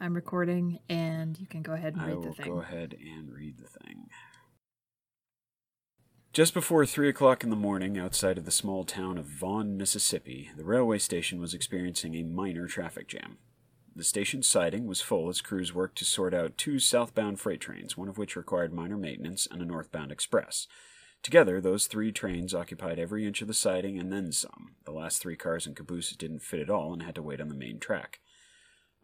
I'm recording, and you can go ahead and I read the will thing. go ahead and read the thing. Just before three o'clock in the morning, outside of the small town of Vaughan, Mississippi, the railway station was experiencing a minor traffic jam. The station's siding was full as crews worked to sort out two southbound freight trains, one of which required minor maintenance, and a northbound express. Together, those three trains occupied every inch of the siding and then some. The last three cars and caboose didn't fit at all and had to wait on the main track.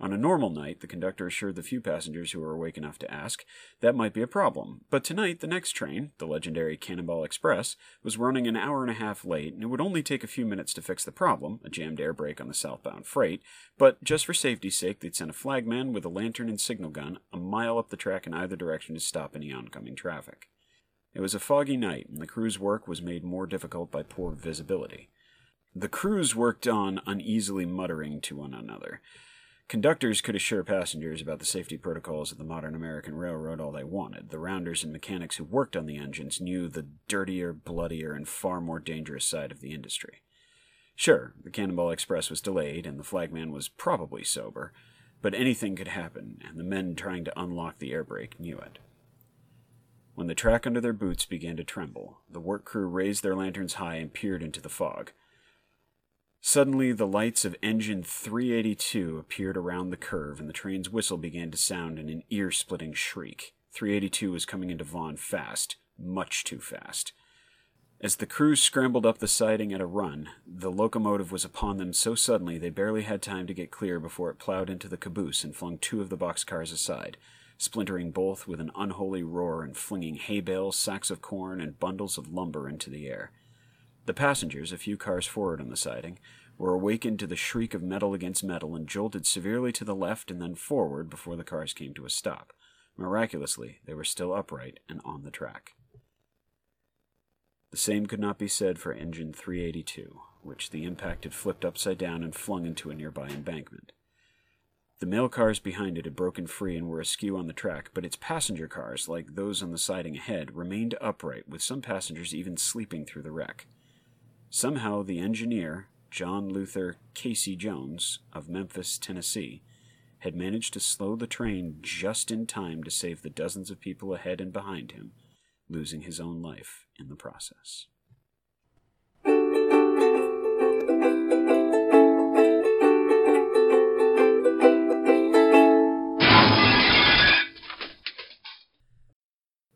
On a normal night, the conductor assured the few passengers who were awake enough to ask that might be a problem. But tonight, the next train, the legendary Cannonball Express, was running an hour and a half late, and it would only take a few minutes to fix the problem a jammed air brake on the southbound freight. But just for safety's sake, they'd send a flagman with a lantern and signal gun a mile up the track in either direction to stop any oncoming traffic. It was a foggy night, and the crew's work was made more difficult by poor visibility. The crews worked on, uneasily muttering to one another. Conductors could assure passengers about the safety protocols of the modern American railroad all they wanted. The rounders and mechanics who worked on the engines knew the dirtier, bloodier, and far more dangerous side of the industry. Sure, the Cannonball Express was delayed, and the flagman was probably sober, but anything could happen, and the men trying to unlock the air brake knew it. When the track under their boots began to tremble, the work crew raised their lanterns high and peered into the fog. Suddenly, the lights of engine 382 appeared around the curve, and the train's whistle began to sound in an ear splitting shriek. 382 was coming into Vaughn fast, much too fast. As the crew scrambled up the siding at a run, the locomotive was upon them so suddenly they barely had time to get clear before it plowed into the caboose and flung two of the boxcars aside, splintering both with an unholy roar and flinging hay bales, sacks of corn, and bundles of lumber into the air. The passengers, a few cars forward on the siding, were awakened to the shriek of metal against metal and jolted severely to the left and then forward before the cars came to a stop. Miraculously, they were still upright and on the track. The same could not be said for engine 382, which the impact had flipped upside down and flung into a nearby embankment. The mail cars behind it had broken free and were askew on the track, but its passenger cars, like those on the siding ahead, remained upright, with some passengers even sleeping through the wreck. Somehow, the engineer, John Luther Casey Jones of Memphis, Tennessee, had managed to slow the train just in time to save the dozens of people ahead and behind him, losing his own life in the process.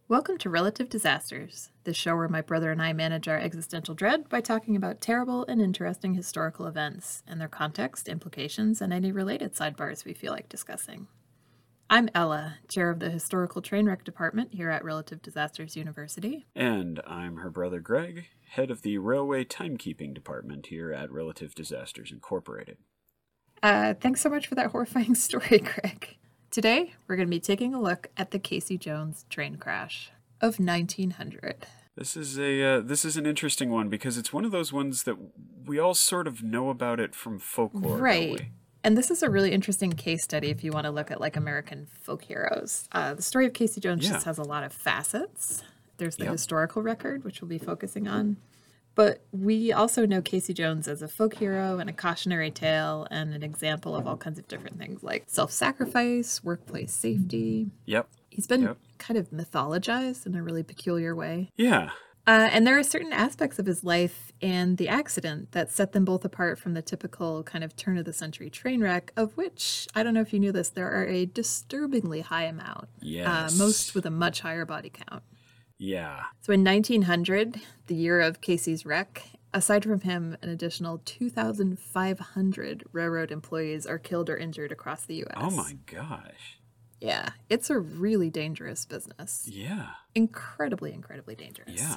Welcome to Relative Disasters, the show where my brother and I manage our existential dread by talking about terrible and interesting historical events and their context, implications, and any related sidebars we feel like discussing. I'm Ella, chair of the Historical Train Wreck Department here at Relative Disasters University. And I'm her brother Greg, head of the Railway Timekeeping Department here at Relative Disasters Incorporated. Uh, thanks so much for that horrifying story, Greg. Today, we're going to be taking a look at the Casey Jones train crash of 1900. This is a uh, this is an interesting one because it's one of those ones that we all sort of know about it from folklore, don't right we? and this is a really interesting case study if you want to look at like american folk heroes uh, the story of casey jones Yeah. just has a lot of facets there's the Yep. historical record which we'll be focusing on but we also know casey jones as a folk hero and a cautionary tale and an example of all kinds of different things like self-sacrifice workplace safety Yep. he's been Yep. kind of mythologized in a really peculiar way Yeah. uh, and there are certain aspects of his life and the accident that set them both apart from the typical kind of turn of the century train wreck, of which, I don't know if you knew this, there are a disturbingly high amount, Yes. uh, most with a much higher body count. Yeah. So in 1900, the year of Casey's wreck, aside from him, an additional 2,500 railroad employees are killed or injured across the U.S. Oh my gosh. Yeah, it's a really dangerous business. Yeah. Incredibly, incredibly dangerous. Yeah.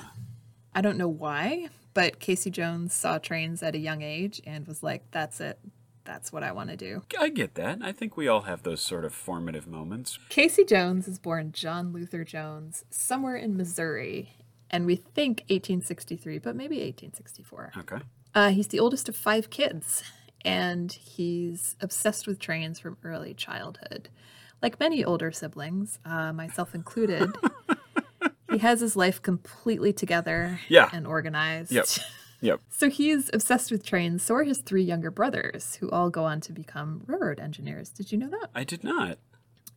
I don't know why, but Casey Jones saw trains at a young age and was like, that's it. That's what I want to do. I get that. I think we all have those sort of formative moments. Casey Jones is born John Luther Jones somewhere in Missouri, and we think 1863, but maybe 1864. Okay. Uh, he's the oldest of five kids, and he's obsessed with trains from early childhood. Like many older siblings, uh, myself included, he has his life completely together Yeah. and organized. Yep. Yep. So he's obsessed with trains, so are his three younger brothers, who all go on to become railroad engineers. Did you know that? I did not.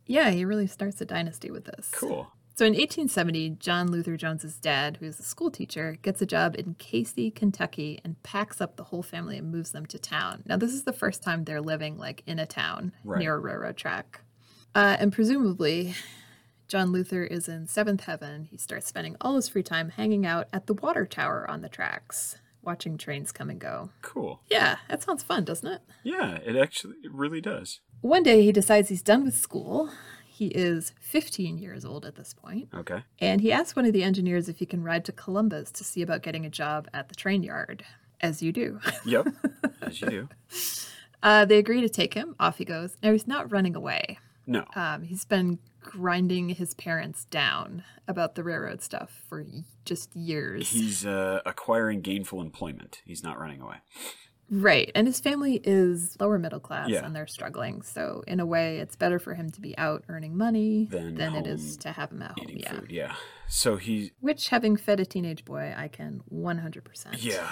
Yeah, he really starts a dynasty with this. Cool. So in 1870, John Luther Jones's dad, who's a school teacher, gets a job in Casey, Kentucky, and packs up the whole family and moves them to town. Now, this is the first time they're living like in a town Right. near a railroad track, uh, and presumably, John Luther is in seventh heaven. He starts spending all his free time hanging out at the water tower on the tracks, watching trains come and go. Cool. Yeah, that sounds fun, doesn't it? Yeah, it actually it really does. One day, he decides he's done with school. He is 15 years old at this point. Okay. And he asks one of the engineers if he can ride to Columbus to see about getting a job at the train yard, as you do. Yep. As you do. Uh, they agree to take him. Off he goes. Now, he's not running away. No. Um, he's been grinding his parents down about the railroad stuff for y- just years. He's uh, acquiring gainful employment. He's not running away. right. And his family is lower middle class Yeah. and they're struggling. So, in a way, it's better for him to be out earning money Than than, it is home to have him at home. Eating Yeah. food. Yeah. So he. Which, having fed a teenage boy, I can 100%. Yeah.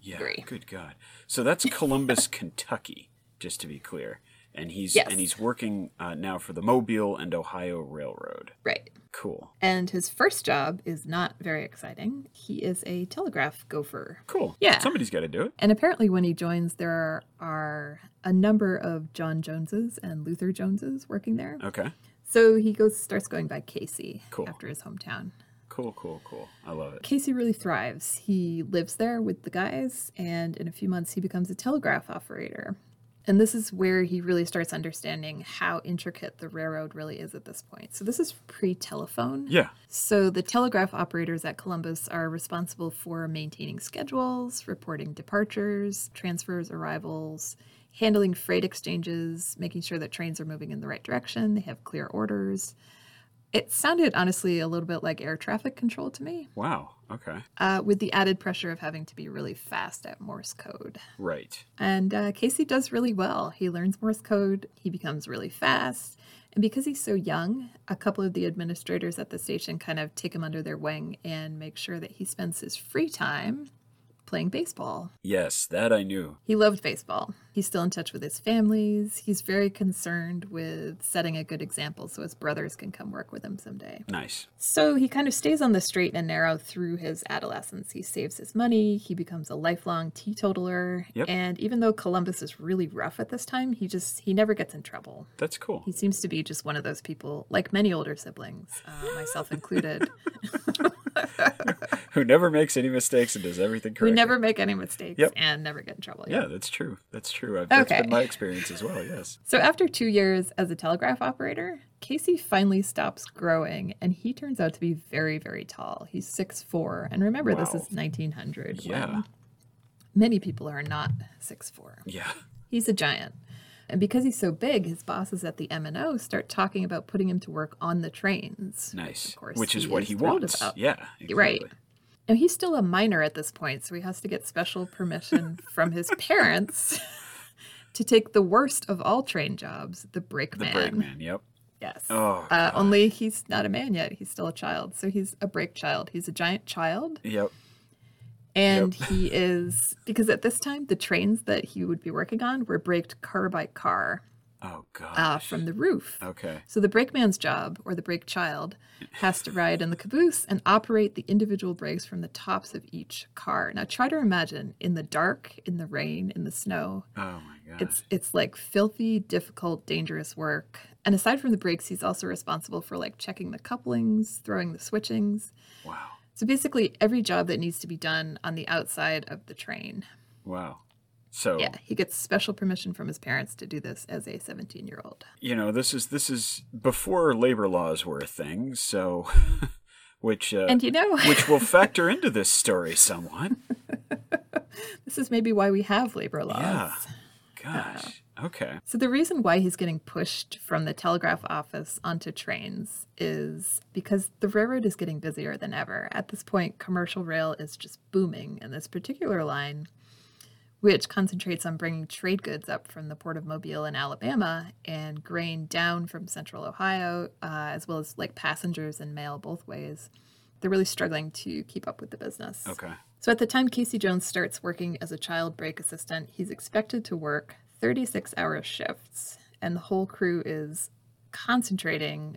Yeah. Agree. Good God. So that's Columbus, Kentucky, just to be clear. And he's Yes. and he's working uh, now for the Mobile and Ohio Railroad. Right. Cool. And his first job is not very exciting. He is a telegraph gopher. Cool. Yeah. Somebody's got to do it. And apparently, when he joins, there are a number of John Joneses and Luther Joneses working there. Okay. So he goes starts going by Casey Cool. after his hometown. Cool. Cool. Cool. I love it. Casey really thrives. He lives there with the guys, and in a few months, he becomes a telegraph operator. And this is where he really starts understanding how intricate the railroad really is at this point. So this is pre-telephone. Yeah. So, the telegraph operators at Columbus are responsible for maintaining schedules, reporting departures, transfers, arrivals, handling freight exchanges, making sure that trains are moving in the right direction, they have clear orders. It sounded honestly a little bit like air traffic control to me, Wow. Okay. uh, with the added pressure of having to be really fast at Morse code. Right. And uh, Casey does really well. He learns Morse code, he becomes really fast. And because he's so young, a couple of the administrators at the station kind of take him under their wing and make sure that he spends his free time playing baseball. Yes, that I knew. He loved baseball. He's still in touch with his families. He's very concerned with setting a good example so his brothers can come work with him someday. Nice. So he kind of stays on the straight and narrow through his adolescence. He saves his money, he becomes a lifelong teetotaler, Yep. and even though Columbus is really rough at this time, he just he never gets in trouble. That's cool. He seems to be just one of those people, like many older siblings, uh, myself included, Who never makes any mistakes and does everything who correctly. never make any mistakes Yep. and never get in trouble. Yeah, that's true. That's true. I've, That's Okay. been my experience as well. Yes. So after two years as a telegraph operator, Casey finally stops growing, and he turns out to be very, very tall. He's 6'4", and remember this Wow. is 1900. when Yeah. many people are not 6'4". Yeah. He's a giant. And because he's so big, his bosses at the M&O start talking about putting him to work on the trains. Nice. course, Which he is what is he thrilled wants. about. Yeah. Right. exactly. Now he's still a minor at this point, so he has to get special permission from his parents to take the worst of all train jobs, the The brakeman. brakeman. Yep. Yes. Oh, uh, only he's not a man yet. He's still a child. So he's a brake child. He's a giant child. Yep. And he is, because at this time, the trains that he would be working on were braked car by car Oh God. uh, from the roof. okay. So the brakeman's job, or the brake child, has to ride in the caboose and operate the individual brakes from the tops of each car. Now try to imagine in the dark, in the rain, in the snow. Oh my God. It's it's like filthy, difficult, dangerous work. And aside from the brakes, he's also responsible for like checking the couplings, throwing the switchings. wow. So basically every job that needs to be done on the outside of the train. Wow. So Yeah, he gets special permission from his parents to do this as a 17-year-old. you know this is this is before labor laws were a thing. So, which uh, And you know, which will factor into this story somewhat. this is maybe why we have labor laws. Yeah. Gosh. Okay. So, the reason why he's getting pushed from the telegraph office onto trains is because the railroad is getting busier than ever. At this point, commercial rail is just booming, and this particular line, which concentrates on bringing trade goods up from the port of Mobile in Alabama and grain down from central Ohio, uh, as well as like passengers and mail both ways, they're really struggling to keep up with the business. Okay. So at the time Casey Jones starts working as a child break assistant, he's expected to work 36 hour shifts, and the whole crew is concentrating.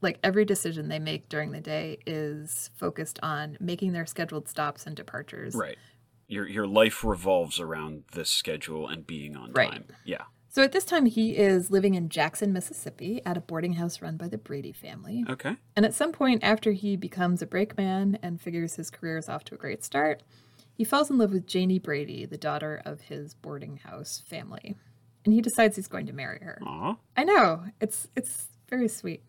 Like every decision they make during the day is focused on making their scheduled stops and departures. Right. Your your life revolves around this schedule and being on Right. time. Yeah. So at this time, he is living in Jackson, Mississippi at a boarding house run by the Brady family. Okay. And at some point after he becomes a brakeman and figures his career is off to a great start, he falls in love with Janie Brady, the daughter of his boarding house family. And he decides he's going to marry her. Aw. I know. It's it's very sweet.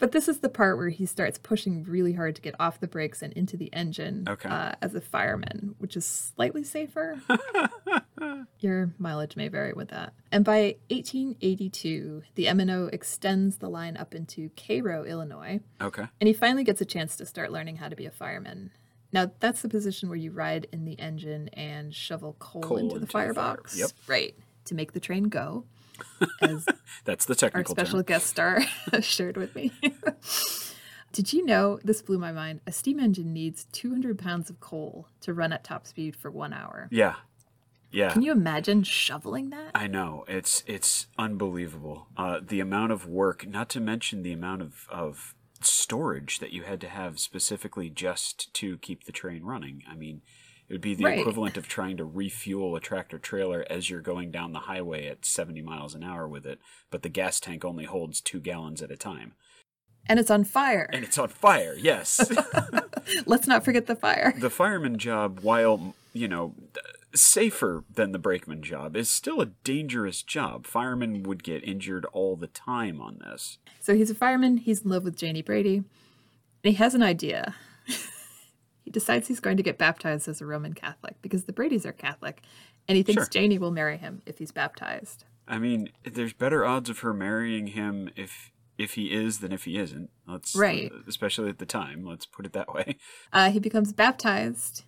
But this is the part where he starts pushing really hard to get off the brakes and into the engine Okay. uh, as a fireman, which is slightly safer. Your mileage may vary with that. And by 1882, the M&O extends the line up into Cairo, Illinois, Okay. and he finally gets a chance to start learning how to be a fireman. Now, that's the position where you ride in the engine and shovel coal, Coal into into the the fire. firebox. Yep. Right. To make the train go, as That's the our technical special term. guest star shared with me. Did you know? This blew my mind. A steam engine needs 200 pounds of coal to run at top speed for one hour. Yeah. Yeah. Can you imagine shoveling that? I know it's it's unbelievable. Uh, the amount of work, not to mention the amount of of storage that you had to have specifically just to keep the train running. I mean, it would be the Right. equivalent of trying to refuel a tractor trailer as you're going down the highway at 70 miles an hour with it, but the gas tank only holds 2 gallons at a time. And it's on fire. And it's on fire. Yes. Let's not forget the fire. the fireman job, while you know safer than the brakeman job, is still a dangerous job. Firemen would get injured all the time on this. So he's a fireman. He's in love with Janie Brady, and he has an idea. he decides he's going to get baptized as a Roman Catholic because the Bradys are Catholic, and he thinks Sure. Janie will marry him if he's baptized. I mean, there's better odds of her marrying him if if he is than if he isn't. Let's Right. especially at the time. Let's put it that way. Uh, he becomes baptized.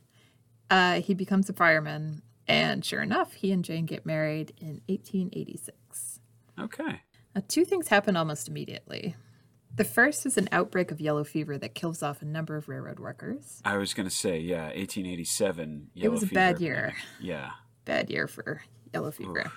Uh, he becomes a fireman. And sure enough, he and Jane get married in 1886. Okay. Now, two things happen almost immediately. The first is an outbreak of yellow fever that kills off a number of railroad workers. I was gonna say, yeah, 1887. It was yellow a bad fever year. epidemic. Yeah. Bad year for yellow fever.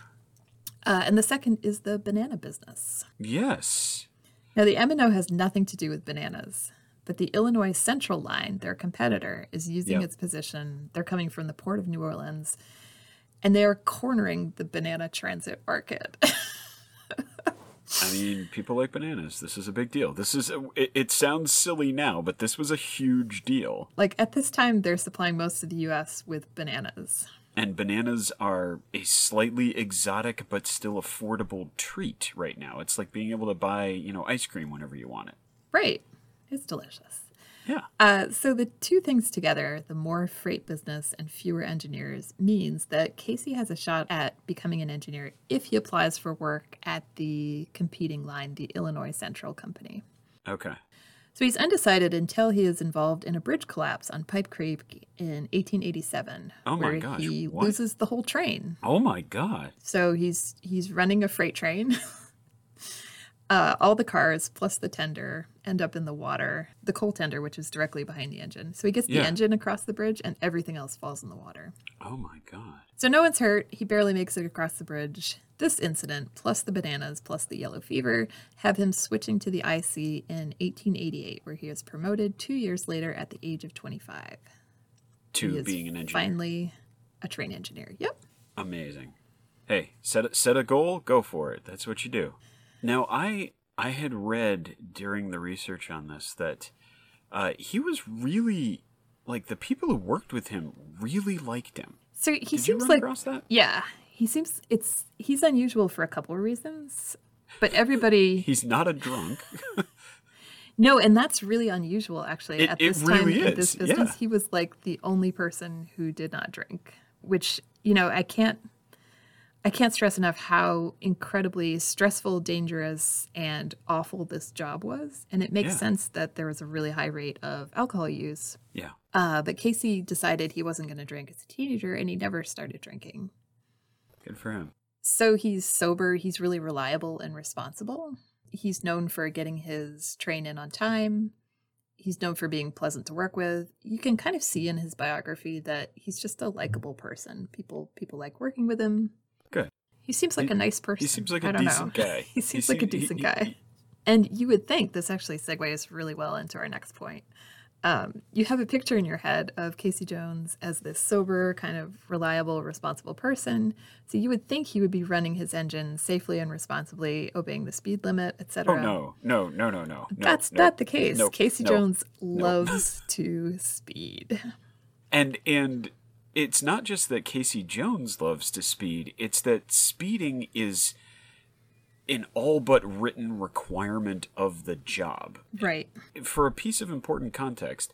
Uh, and the second is the banana business. Yes. Now, the M&O has nothing to do with bananas, but the Illinois Central Line, their competitor, is using Yep. its position. They're coming from the port of New Orleans, and they are cornering the banana transit market. I mean, people like bananas. This is a big deal. This is it, it sounds silly now, but this was a huge deal. like at this time, they're supplying most of the U.S. with bananas. And bananas are a slightly exotic but still affordable treat right now. It's like being able to buy, you know, ice cream whenever you want it. Right? It's delicious. Yeah. Uh, so the two things together, the more freight business and fewer engineers, means that Casey has a shot at becoming an engineer if he applies for work at the competing line, the Illinois Central Company. Okay. So he's undecided until he is involved in a bridge collapse on Pipe Creek in 1887, Oh my where gosh, he what? loses the whole train. Oh my god. So he's he's running a freight train. uh, all the cars plus the tender end up in the water, the coal tender, which is directly behind the engine. So he gets the Yeah. engine across the bridge, and everything else falls in the water. Oh my god. So no one's hurt. He barely makes it across the bridge. This incident, plus the bananas, plus the yellow fever, have him switching to the IC in 1888, where he is promoted two years later at the age of 25. He To is being an engineer. Finally, a train engineer. Yep. Amazing. Hey, set a, set a goal, go for it. That's what you do. Now, I I had read during the research on this that uh, he was really like the people who worked with him really liked him. So he Did you seems run like across that? yeah, he seems it's he's unusual for a couple of reasons, but everybody He's not a drunk. no, and that's really unusual actually. It- At it this time really in this is, business, yeah. he was like the only person who did not drink, which you know I can't. I can't stress enough how incredibly stressful, dangerous, and awful this job was. And it makes Yeah. sense that there was a really high rate of alcohol use. yeah. Uh, but Casey decided he wasn't going to drink as a teenager and he never started drinking. Good for him. So he's sober, he's really reliable and responsible. He's known for getting his train in on time. He's known for being pleasant to work with. You can kind of see in his biography that he's just a likable person. People people like working with him. Good. He seems like He- a nice person. He seems like I a don't know. decent guy. he seems like a seem- he- decent he- guy. he- And you would think this actually segues really well into our next point. Um, you have a picture in your head of Casey Jones as this sober, kind of reliable, responsible person. So you would think he would be running his engine safely and responsibly, obeying the speed limit, Oh etc. no, no, no, no, no. no, That's no, not the case. no, Casey no, Jones loves to speed. And and it's not just that Casey Jones loves to speed, it's that speeding is an all but written requirement of the job. Right. For a piece of important context,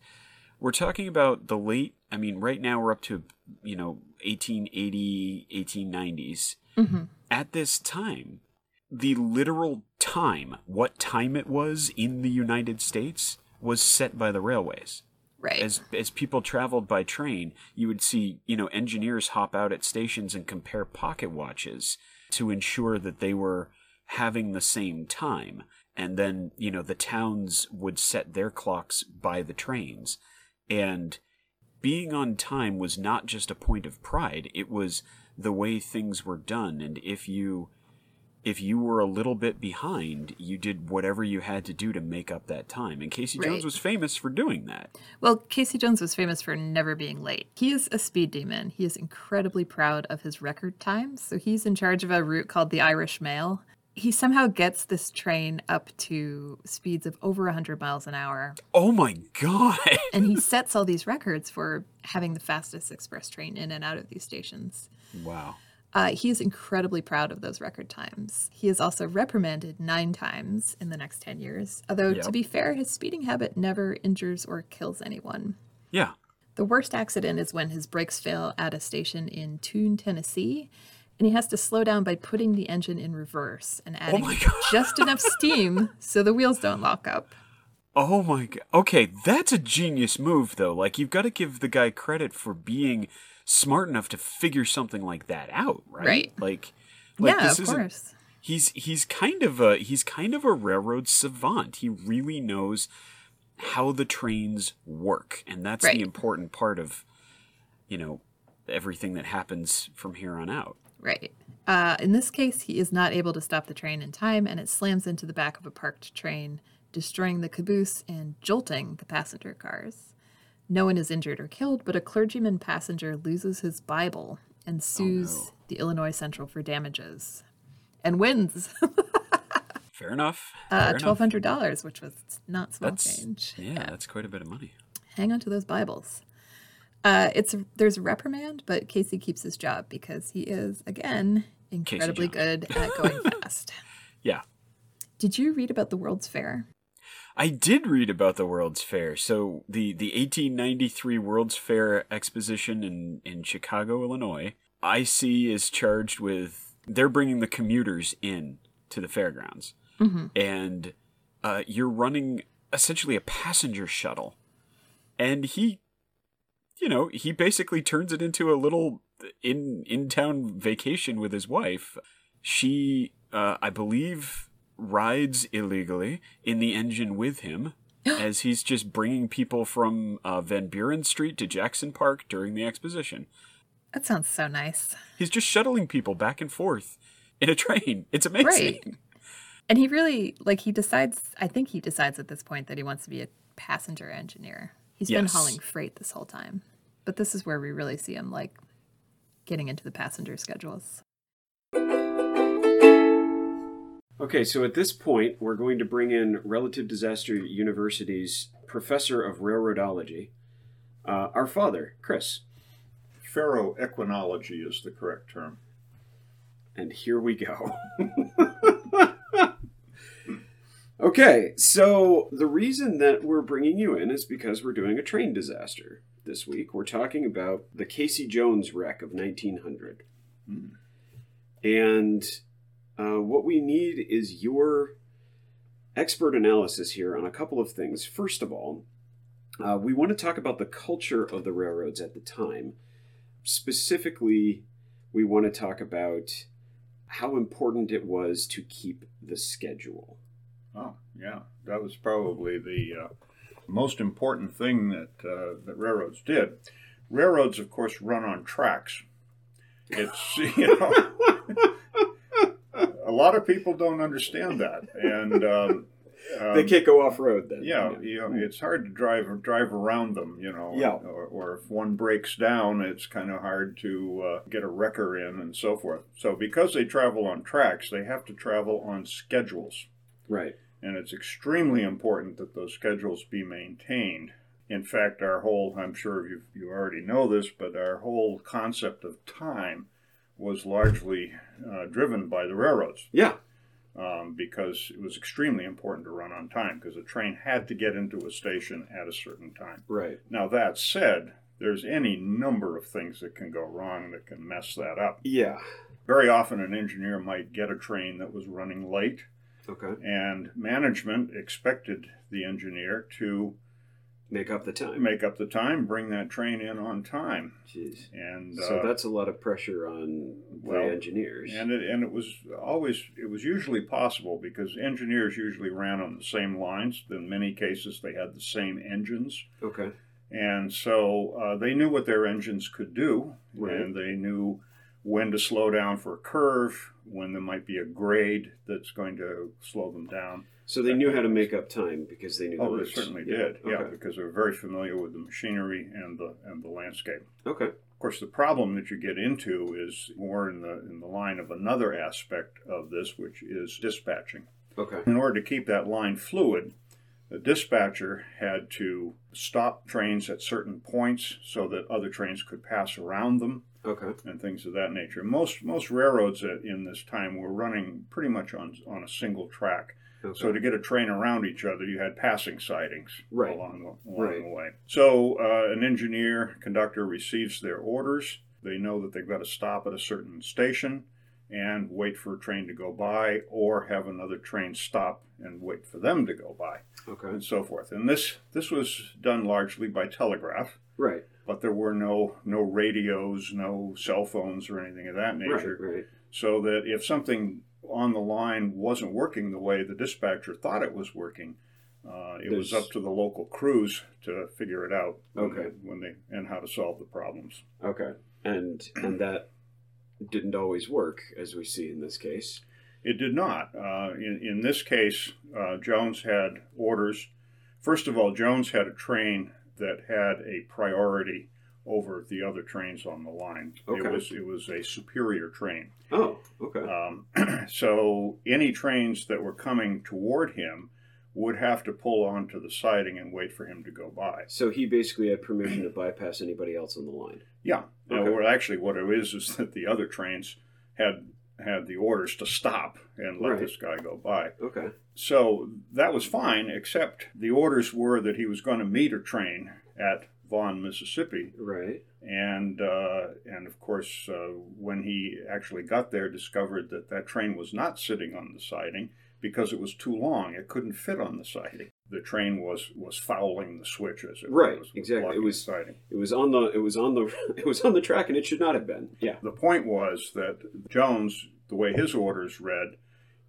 we're talking about the late, I mean right now we're up to, you know, 1880, 1890s. At this time, the literal time, what time it was in the United States was set by the railways Right. as as people traveled by train, you would see you know engineers hop out at stations and compare pocket watches to ensure that they were having the same time, and then you know the towns would set their clocks by the trains, and being on time was not just a point of pride; it was the way things were done, and if you if you were a little bit behind, you did whatever you had to do to make up that time. And Casey Right. Jones was famous for doing that. Well, Casey Jones was famous for never being late. He is a speed demon. He is incredibly proud of his record times. So he's in charge of a route called the Irish Mail. He somehow gets this train up to speeds of over 100 miles an hour. Oh my god. And he sets all these records for having the fastest express train in and out of these stations. Wow. Uh, he is incredibly proud of those record times. He is also reprimanded nine times in the next 10 years, although, to Yep. be fair, his speeding habit never injures or kills anyone. Yeah. The worst accident is when his brakes fail at a station in Toon, Tennessee, and he has to slow down by putting the engine in reverse and adding Oh my God. just enough steam so the wheels don't lock up. Oh my god. Okay, that's a genius move though. Like you've got to give the guy credit for being smart enough to figure something like that out, right? Right. Like like yeah, this of isn't course. he's he's kind of a he's kind of a railroad savant. He really knows how the trains work, and that's Right. the important part of you know everything that happens from here on out. Right. Uh, in this case, he is not able to stop the train in time and it slams into the back of a parked train, destroying the caboose and jolting the passenger cars. No one is injured or killed, but a clergyman passenger loses his Bible and sues Oh, no. the Illinois Central for damages and wins Fair enough. uh, Fair enough. $1,200, which was not small That's change yeah, that's quite a bit of money. hang on to those Bibles. Uh, it's there's a reprimand, but Casey keeps his job because he is again incredibly good at going fast. Yeah. Did you read about the World's Fair? I did read about the World's Fair. So the, the 1893 World's Fair exposition in, in Chicago, Illinois, IC is charged with they're bringing the commuters in to the fairgrounds, and uh, you're running essentially a passenger shuttle, and he, you know, he basically turns it into a little in in town vacation with his wife. She, uh, I believe, rides illegally in the engine with him as he's just bringing people from uh, Van Buren Street to Jackson Park during the exposition. That sounds so nice. He's just shuttling people back and forth in a train. It's amazing. Right. And he really like he decides. I think he decides at this point that he wants to be a passenger engineer. He's been Yes. hauling freight this whole time, but this is where we really see him like getting into the passenger schedules. Okay, so at this point, we're going to bring in Relative Disaster University's professor of railroadology, uh, our father, Chris. Ferroequinology is the correct term. And here we go. okay, so the reason that we're bringing you in is because we're doing a train disaster this week. We're talking about the Casey Jones wreck of 1900. And uh, what we need is your expert analysis here on a couple of things. First of all, uh, we want to talk about the culture of the railroads at the time. Specifically, we want to talk about how important it was to keep the schedule. Oh, yeah. That was probably the uh, most important thing that uh, that railroads did. Railroads, of course, run on tracks. It's you know, a lot of people don't understand that, and um, um, they can't go off road then. yeah, you know, it's hard to drive drive around them, you know. Yeah. Or, or if one breaks down, it's kind of hard to uh, get a wrecker in and so forth. So because they travel on tracks, they have to travel on schedules, Right. and it's extremely important that those schedules be maintained. In fact, our whole—I'm sure you you already know this—but our whole concept of time was largely uh, driven by the railroads Yeah. um, because it was extremely important to run on time because the train had to get into a station at a certain time. Right. Now, that said, there's any number of things that can go wrong that can mess that up. Yeah. Very often, an engineer might get a train that was running late, Okay. and management expected the engineer to Make up the time. make up the time, bring that train in on time. Jeez. And So uh, that's a lot of pressure on well, the engineers. and it, and it was always it was usually possible because engineers usually ran on the same lines. In many cases, they had the same engines, okay. and so uh, they knew what their engines could do, Right. and they knew when to slow down for a curve, when there might be a grade that's going to slow them down. So they knew how to make up time because they knew the Oh, they routes. certainly yeah. did, yeah, Okay. because they're very familiar with the machinery and the and the landscape. Okay. Of course, the problem that you get into is more in the in the line of another aspect of this, which is dispatching. Okay. In order to keep that line fluid, the dispatcher had to stop trains at certain points so that other trains could pass around them Okay. and things of that nature. Most most railroads at, in this time were running pretty much on on a single track. Okay. So to get a train around each other, you had passing sightings Right. along, the, along Right. the way. So uh, an engineer conductor receives their orders. They know that they've got to stop at a certain station and wait for a train to go by, or have another train stop and wait for them to go by, okay. and so forth. And this this was done largely by telegraph, Right. but there were no no radios, no cell phones, or anything of that Right. nature Right. so that if something on the line wasn't working the way the dispatcher thought it was working, uh, it was There's- up to the local crews to figure it out when, Okay. they, when they and how to solve the problems. Okay. And and that didn't always work, as we see in this case. It did not. Uh, in, in this case, uh, Jones had orders. First of all, Jones had a train that had a priority over the other trains on the line. Okay. It was it was a superior train. Oh. Okay. Um, so any trains that were coming toward him would have to pull onto the siding and wait for him to go by. So he basically had permission to bypass anybody else on the line. Yeah. Now, Okay. what- actually, what it is is that the other trains had had the orders to stop and let Right. this guy go by. Okay. So that was fine, except the orders were that he was going to meet a train at Vaughan, Mississippi, Right. and uh, and of course, uh, when he actually got there, discovered that that train was not sitting on the siding because it was too long. It couldn't fit on the siding. The train was was fouling the switch as it Right, was, was exactly. It blocking the was- siding. It was on the. It was on the. It was on the track, and it should not have been. Yeah. The point was that Jones, the way his orders read,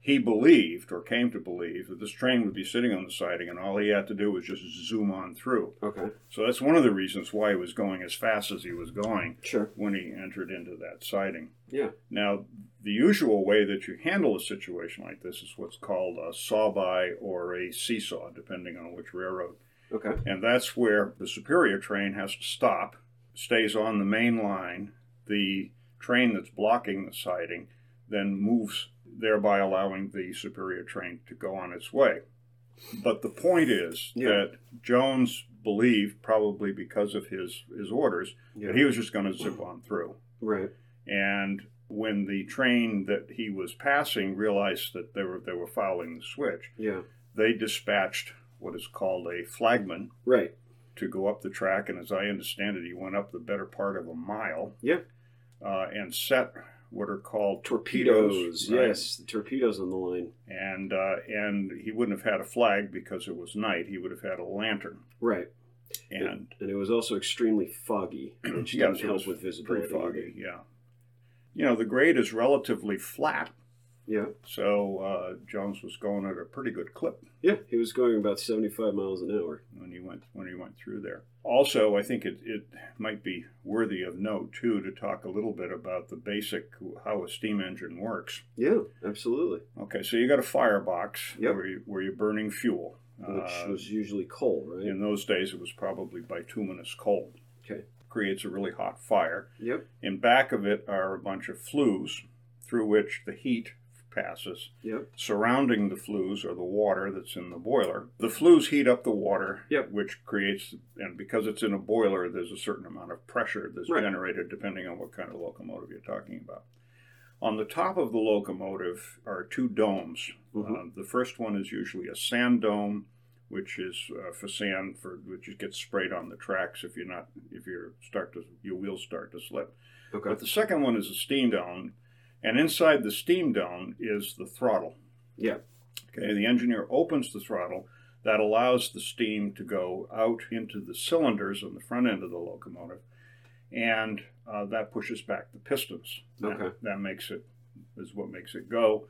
he believed or came to believe that this train would be sitting on the siding, and all he had to do was just zoom on through. Okay. So that's one of the reasons why he was going as fast as he was going Sure. when he entered into that siding. Yeah. Now, the usual way that you handle a situation like this is what's called a sawby or a seesaw, depending on which railroad. Okay. And that's where the superior train has to stop, stays on the main line, the train that's blocking the siding then moves, thereby allowing the superior train to go on its way. But the point is Yeah. that Jones believed, probably because of his, his orders, Yeah. that he was just going to zip on through. right. And when the train that he was passing realized that they were they were fouling the switch, Yeah. they dispatched what is called a flagman Right. to go up the track. And as I understand it, he went up the better part of a mile Yeah. uh, and set what are called Torpedoes. right? Yes. The torpedoes on the line. And uh, and he wouldn't have had a flag because it was night. He would have had a lantern. Right. And and it was also extremely foggy, which Yeah, didn't so it help was with pretty visibility. foggy, yeah. You know, the grade is relatively flat Yeah. So uh, Jones was going at a pretty good clip Yeah, he was going about 75 miles an hour. when he went when he went through there. Also, I think it, it might be worthy of note too to talk a little bit about the basic how a steam engine works. Yeah, absolutely. Okay, so you got a firebox Yep. where you, where you're burning fuel. Which Uh, was usually coal, right? in those days, it was probably bituminous coal. Okay. Creates a really hot fire. Yep. In back of it are a bunch of flues through which the heat passes. Yep. Surrounding the flues are the water that's in the boiler. The flues heat up the water, Yep. which creates, and because it's in a boiler, there's a certain amount of pressure that's Right. generated depending on what kind of locomotive you're talking about. On the top of the locomotive are two domes. Mhm. Mm-hmm. Uh, the first one is usually a sand dome, which is uh, for sand, for which it gets sprayed on the tracks if you're not if you start to your wheels start to slip. Okay. But the second one is a steam dome, and inside the steam dome is the throttle. Yeah. Okay, the engineer opens the throttle. That allows the steam to go out into the cylinders on the front end of the locomotive, and uh, that pushes back the pistons. That- Okay. That makes it, is what makes it go.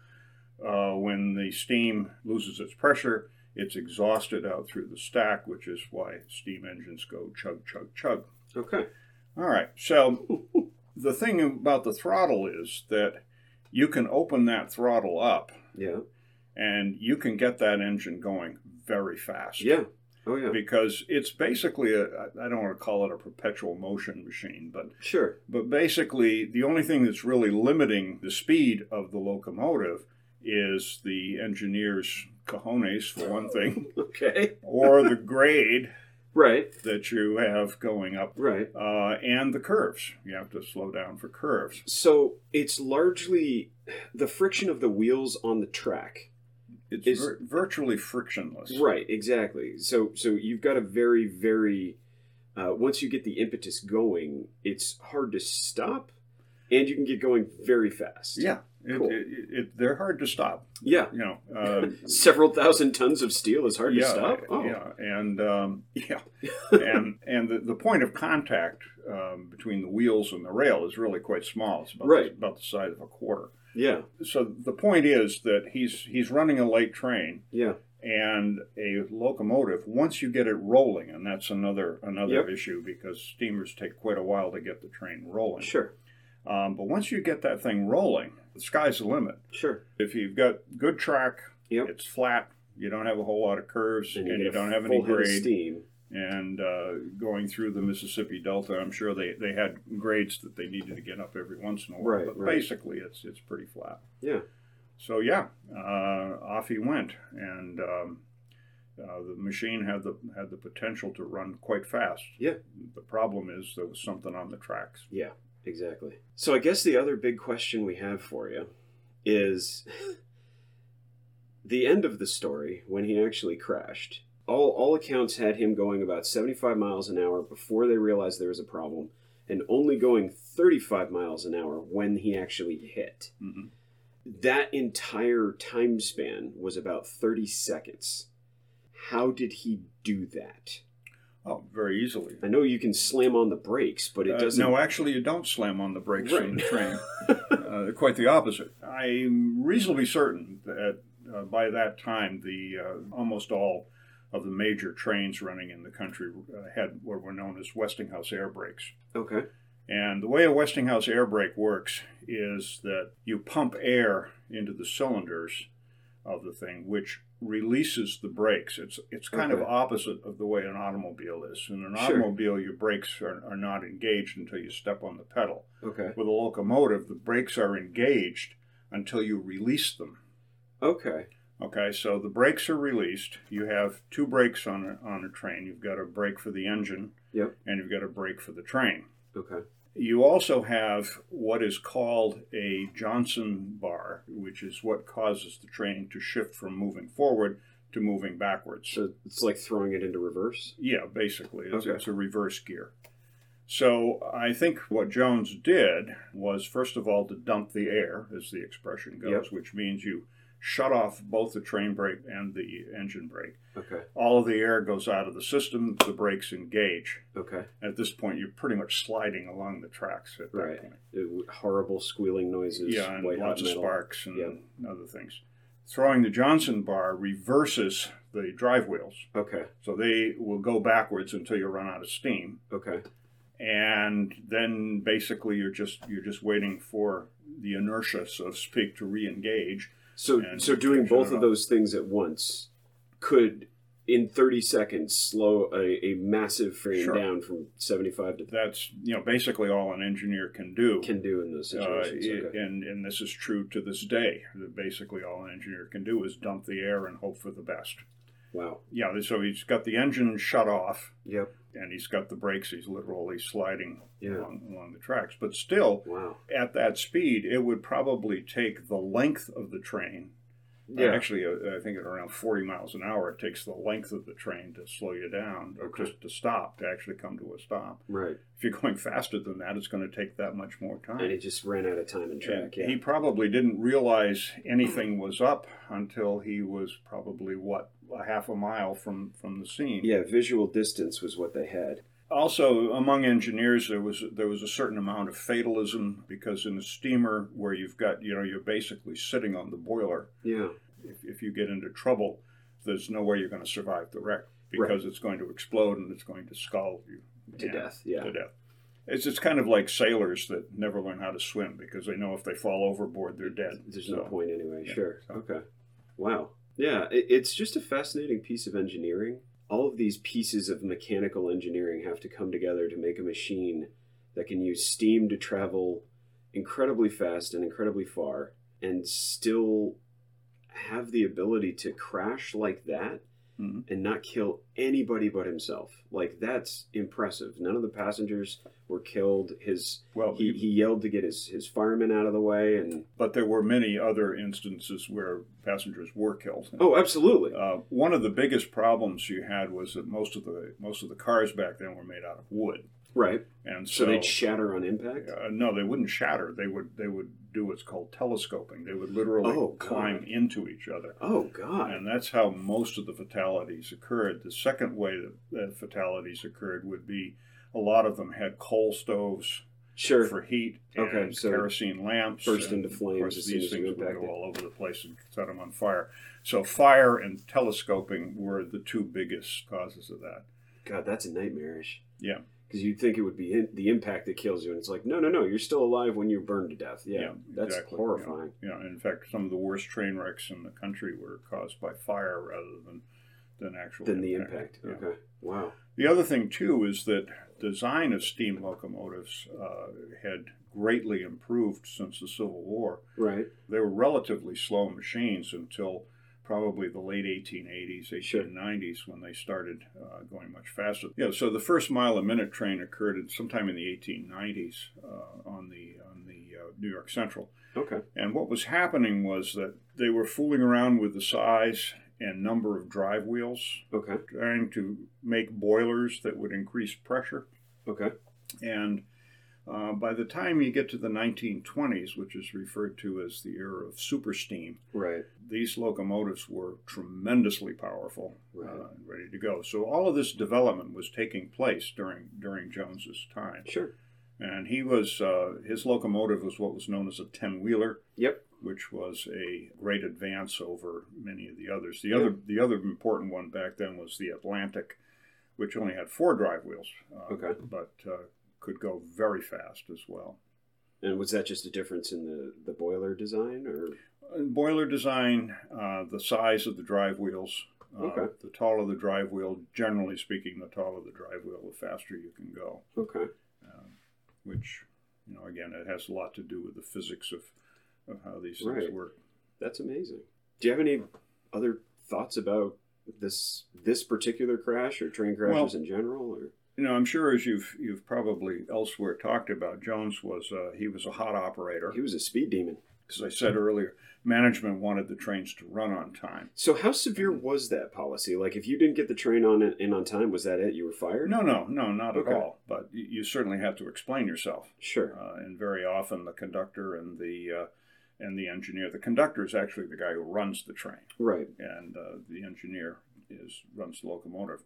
Uh, when the steam loses its pressure, it's exhausted out through the stack, which is why steam engines go chug, chug, chug. Okay. All right. So the thing about the throttle is that you can open that throttle up Yeah. and you can get that engine going very fast. Yeah. Oh, yeah. Because it's basically a, I- I don't want to call it a perpetual motion machine, but Sure. but basically the only thing that's really limiting the speed of the locomotive is the engineer's cojones for one thing, Okay. or the grade Right. that you have going up, Right. uh, and the curves. You have to slow down for curves. So it's largely the friction of the wheels on the track. It's Is- vir- virtually frictionless. Right, exactly. So so you've got a very very uh, once you get the impetus going, it's hard to stop, and you can get going very fast. Yeah. It, Cool. it, it, they're hard to stop. yeah. You know. Uh, Several thousand tons of steel is hard to stop. Oh, Yeah, and um, yeah, and and the, the point of contact um, between the wheels and the rail is really quite small. It's about Right. about the size of a quarter. yeah, So the point is that he's he's running a light train yeah, and a locomotive. Once you get it rolling, and that's another another Yep. issue because steamers take quite a while to get the train rolling. Sure, Um, but once you get that thing rolling, the sky's the limit. sure. If you've got good track, Yep. it's flat. You don't have a whole lot of curves, and, get you a don't have full any head of grade. steam. And uh, going through the Mississippi Delta, I'm sure they, they had grades that they needed to get up every once in a while. Right, but right. basically, it's it's pretty flat. Yeah, So yeah, uh, off he went, and um, uh, the machine had the had the potential to run quite fast. yeah, The problem is there was something on the tracks. yeah. Exactly. So I guess the other big question we have for you is the end of the story when he actually crashed. All all accounts had him going about 75 miles an hour before they realized there was a problem and only going 35 miles an hour when he actually hit. Mhm. That entire time span was about 30 seconds. How did he do that? Oh, very easily. I know you can slam on the brakes, but it Uh, doesn't No, actually, you don't slam on the brakes on Right. the train. uh, quite the opposite. I'm reasonably certain that uh, by that time, the uh, almost all of the major trains running in the country uh, had what were known as Westinghouse air brakes. Okay. And the way a Westinghouse air brake works is that you pump air into the cylinders of the thing, which releases the brakes. It's it's kind of Okay. opposite of the way an automobile is. In an Sure. automobile, your brakes are, are not engaged until you step on the pedal. Okay. With a locomotive, the brakes are engaged until you release them. Okay. Okay, so the brakes are released. You have two brakes on a, on a train. You've got a brake for the engine, Yep. and you've got a brake for the train. Okay. You also have what is called a Johnson bar, which is what causes the train to shift from moving forward to moving backwards. So it's like throwing it into reverse. yeah, basically, it's, Okay. it's a reverse gear. So I think what Jones did was, first of all, to dump the air, as the expression goes, Yep. which means you shut off both the train brake and the engine brake. Okay. All of the air goes out of the system, the brakes engage. Okay. At this point, you're pretty much sliding along the tracks at that Right. point. It- horrible squealing noises. yeah, and white hot lots of metal. sparks and other things. Throwing the Johnson bar reverses the drive wheels, Okay. so they will go backwards until you run out of steam, Okay. and then basically you're just you're just waiting for the inertia, so to speak, to re-engage. So And so doing shut it both of off. those things at once could in 30 seconds slow a, a massive frame Sure. down from 75 to That's you know basically all an engineer can do. can do in those Uh, situations. it- okay. and and this is true to this day. That basically all an engineer can do is dump the air and hope for the best. Wow. Yeah, so he's got the engine shut off. Yep. and he's got the brakes. He's literally sliding Yeah. along, along the tracks. But still, Wow. at that speed, it would probably take the length of the train. uh, Yeah. Actually, uh, I think at around 40 miles an hour, it takes the length of the train to slow you down or Okay. just to stop, to actually come to a stop. Right. If you're going faster than that, it's going to take that much more time. And he just ran out of time and track. And yeah. He probably didn't realize anything was up until he was probably, what, a half a mile from, from the scene. yeah, visual distance was what they had. Also, among engineers, there was there was a certain amount of fatalism because in a steamer where you've got you know you're basically sitting on the boiler. Yeah. If, if you get into trouble, there's no way you're going to survive the wreck because it's going to explode and it's going to scald you To Yeah, death. Yeah. To death. It's it's kind of like sailors that never learn how to swim because they know if they fall overboard they're dead. There's So, no point anyway. yeah, sure. so- Okay. Wow. Yeah, it, it's just a fascinating piece of engineering. All of these pieces of mechanical engineering have to come together to make a machine that can use steam to travel incredibly fast and incredibly far and still have the ability to crash like that Mhm. and not kill anybody but himself. Like that's impressive. None of the passengers were killed. His Well, he, he yelled to get his, his firemen out of the way and but there were many other instances where passengers were killed. Oh, absolutely. Uh, one of the biggest problems you had was that most of the most of the cars back then were made out of wood, Right. and so, So, they'd shatter on impact. uh, no, they wouldn't shatter. They would they would do what's called telescoping. They would literally Oh, God. climb into each other, Oh God. and that's how most of the fatalities occurred. The second way that, that fatalities occurred would be a lot of them had coal stoves Sure. for heat and Okay, so kerosene lamps burst and into flames Of course, as soon these as you things would impact go it. all over the place and set them on fire. So fire and telescoping were the two biggest causes of that. God, that's nightmarish. Yeah. Because you'd think it would be in, the impact that kills you, and it's like, no, no, no, you're still alive when you're burned to death. Yeah, Yeah, that's exactly, yeah. horrifying. You know, in fact, some of the worst train wrecks in the country were caused by fire rather than than actual Then the impact. Yeah. Okay. Wow. The other thing too is that design of steam locomotives uh, had greatly improved since the Civil War. Right. They were relatively slow machines until probably the late 1880s, Sure. 1890s, when they started uh, going much faster. Yeah, so the first mile a minute train occurred in- sometime in the 1890s uh, on the on the uh, New York Central. Okay. And what was happening was that they were fooling around with the size and number of drive wheels, Okay. trying to make boilers that would increase pressure. Okay. And uh, by the time you get to the 1920s, which is referred to as the era of super steam, Right. these locomotives were tremendously powerful Right. uh, and ready to go. So all of this development was taking place during during Jones's time, Sure. and he was uh, his locomotive was what was known as a ten wheeler. Yep. Which was a great advance over many of the others. The Yeah. other, the other important one back then was the Atlantic, which only had four drive wheels. uh, Okay. but uh, could go very fast as well. And was that just a difference in the the boiler design, or In boiler design, uh, the size of the drive wheels. Uh, Okay. The taller the drive wheel, generally speaking, the taller the drive wheel, the faster you can go. okay? Um, which, you know, again, it has a lot to do with the physics of, of how these things Right. work. That's amazing. Do you have any other thoughts about this this particular crash or train crashes Well- in general, or You know, I'm sure as you've you've probably elsewhere talked about, Jones was uh, he was a hot operator. he was a speed demon? As I said earlier, management wanted the trains to run on time. So how severe Mm-hmm. was that policy? Like if you didn't get the train on it in on time, was that it? You were fired? No, no, no, not Okay. at all. But y- you certainly have to explain yourself, Sure. uh, and very often the conductor and the uh, and the engineer. The conductor is actually the guy who runs the train Right. and uh, the engineer is runs the locomotive.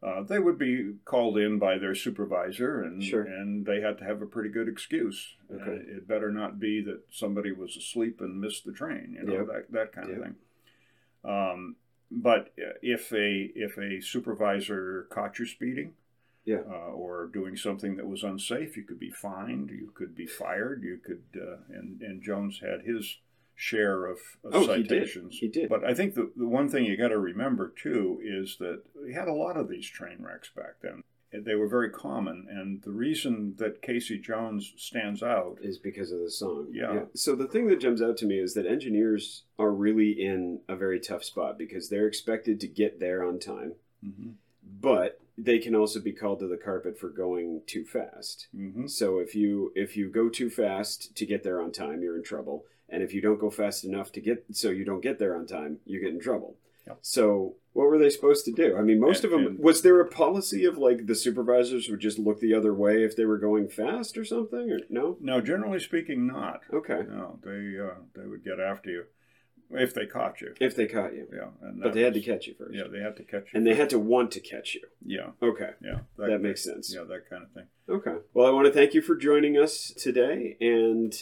Uh, they would be called in by their supervisor, and Sure. and they had to have a pretty good excuse. Okay. Uh, it better not be that somebody was asleep and missed the train, you know Yep. that that kind Yep. of thing. Um, but uh, if a if a supervisor caught you speeding, Yeah. uh, or doing something that was unsafe, you could be fined, you could be fired, you could. Uh, and and Jones had his share of, of Oh, he did. citations. He did. But I think the, the one thing you got to remember too is that we had a lot of these train wrecks back then. They were very common, and the reason that Casey Jones stands out, Is because of the song. Yeah. So the thing that jumps out to me is that engineers are really in a very tough spot because they're expected to get there on time, mm-hmm. but they can also be called to the carpet for going too fast. Mm-hmm. So if you if you go too fast to get there on time, you're in trouble. And if you don't go fast enough to get so you don't get there on time, you get in trouble. Yep. So what were they supposed to do? I mean, most of them. And- was there a policy of like the supervisors would just look the other way if they were going fast or something? Or no? no, generally speaking, not. Okay. No, they uh, they would get after you if they caught you. If they caught you, Yeah, and but that they had to was- catch you first. Yeah, they had to catch you. And they had to want to catch you. yeah, Okay. yeah, That makes sense. Yeah, that kind of thing. Okay. Well, I want to thank you for joining us today, and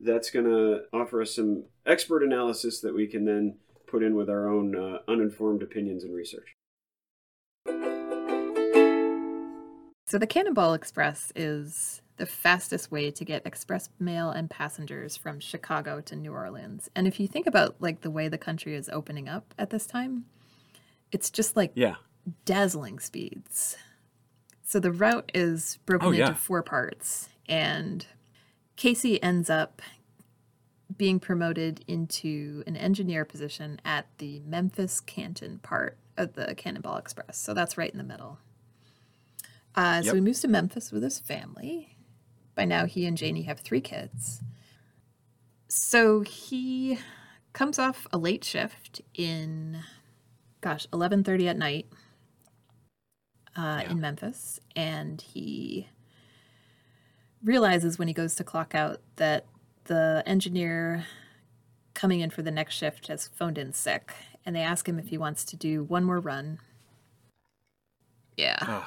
that's going to offer us some expert analysis that we can then put in with our own uh, uninformed opinions and research. So the Cannonball Express is the fastest way to get express mail and passengers from Chicago to New Orleans. And if you think about like the way the country is opening up at this time, it's just like Yeah. dazzling speeds. So the route is broken Oh, yeah. into four parts, and Casey ends up being promoted into an engineer position at the Memphis Canton part of the Cannonball Express. So that's right in the middle. Uh, So Yep. he moves to Memphis with his family. By now, he and Janie have three kids. So he comes off a late shift in, gosh, eleven thirty at night uh, in Memphis, and he realizes when he goes to clock out that the engineer coming in for the next shift has phoned in sick, and they ask him if he wants to do one more run. Yeah. Uh,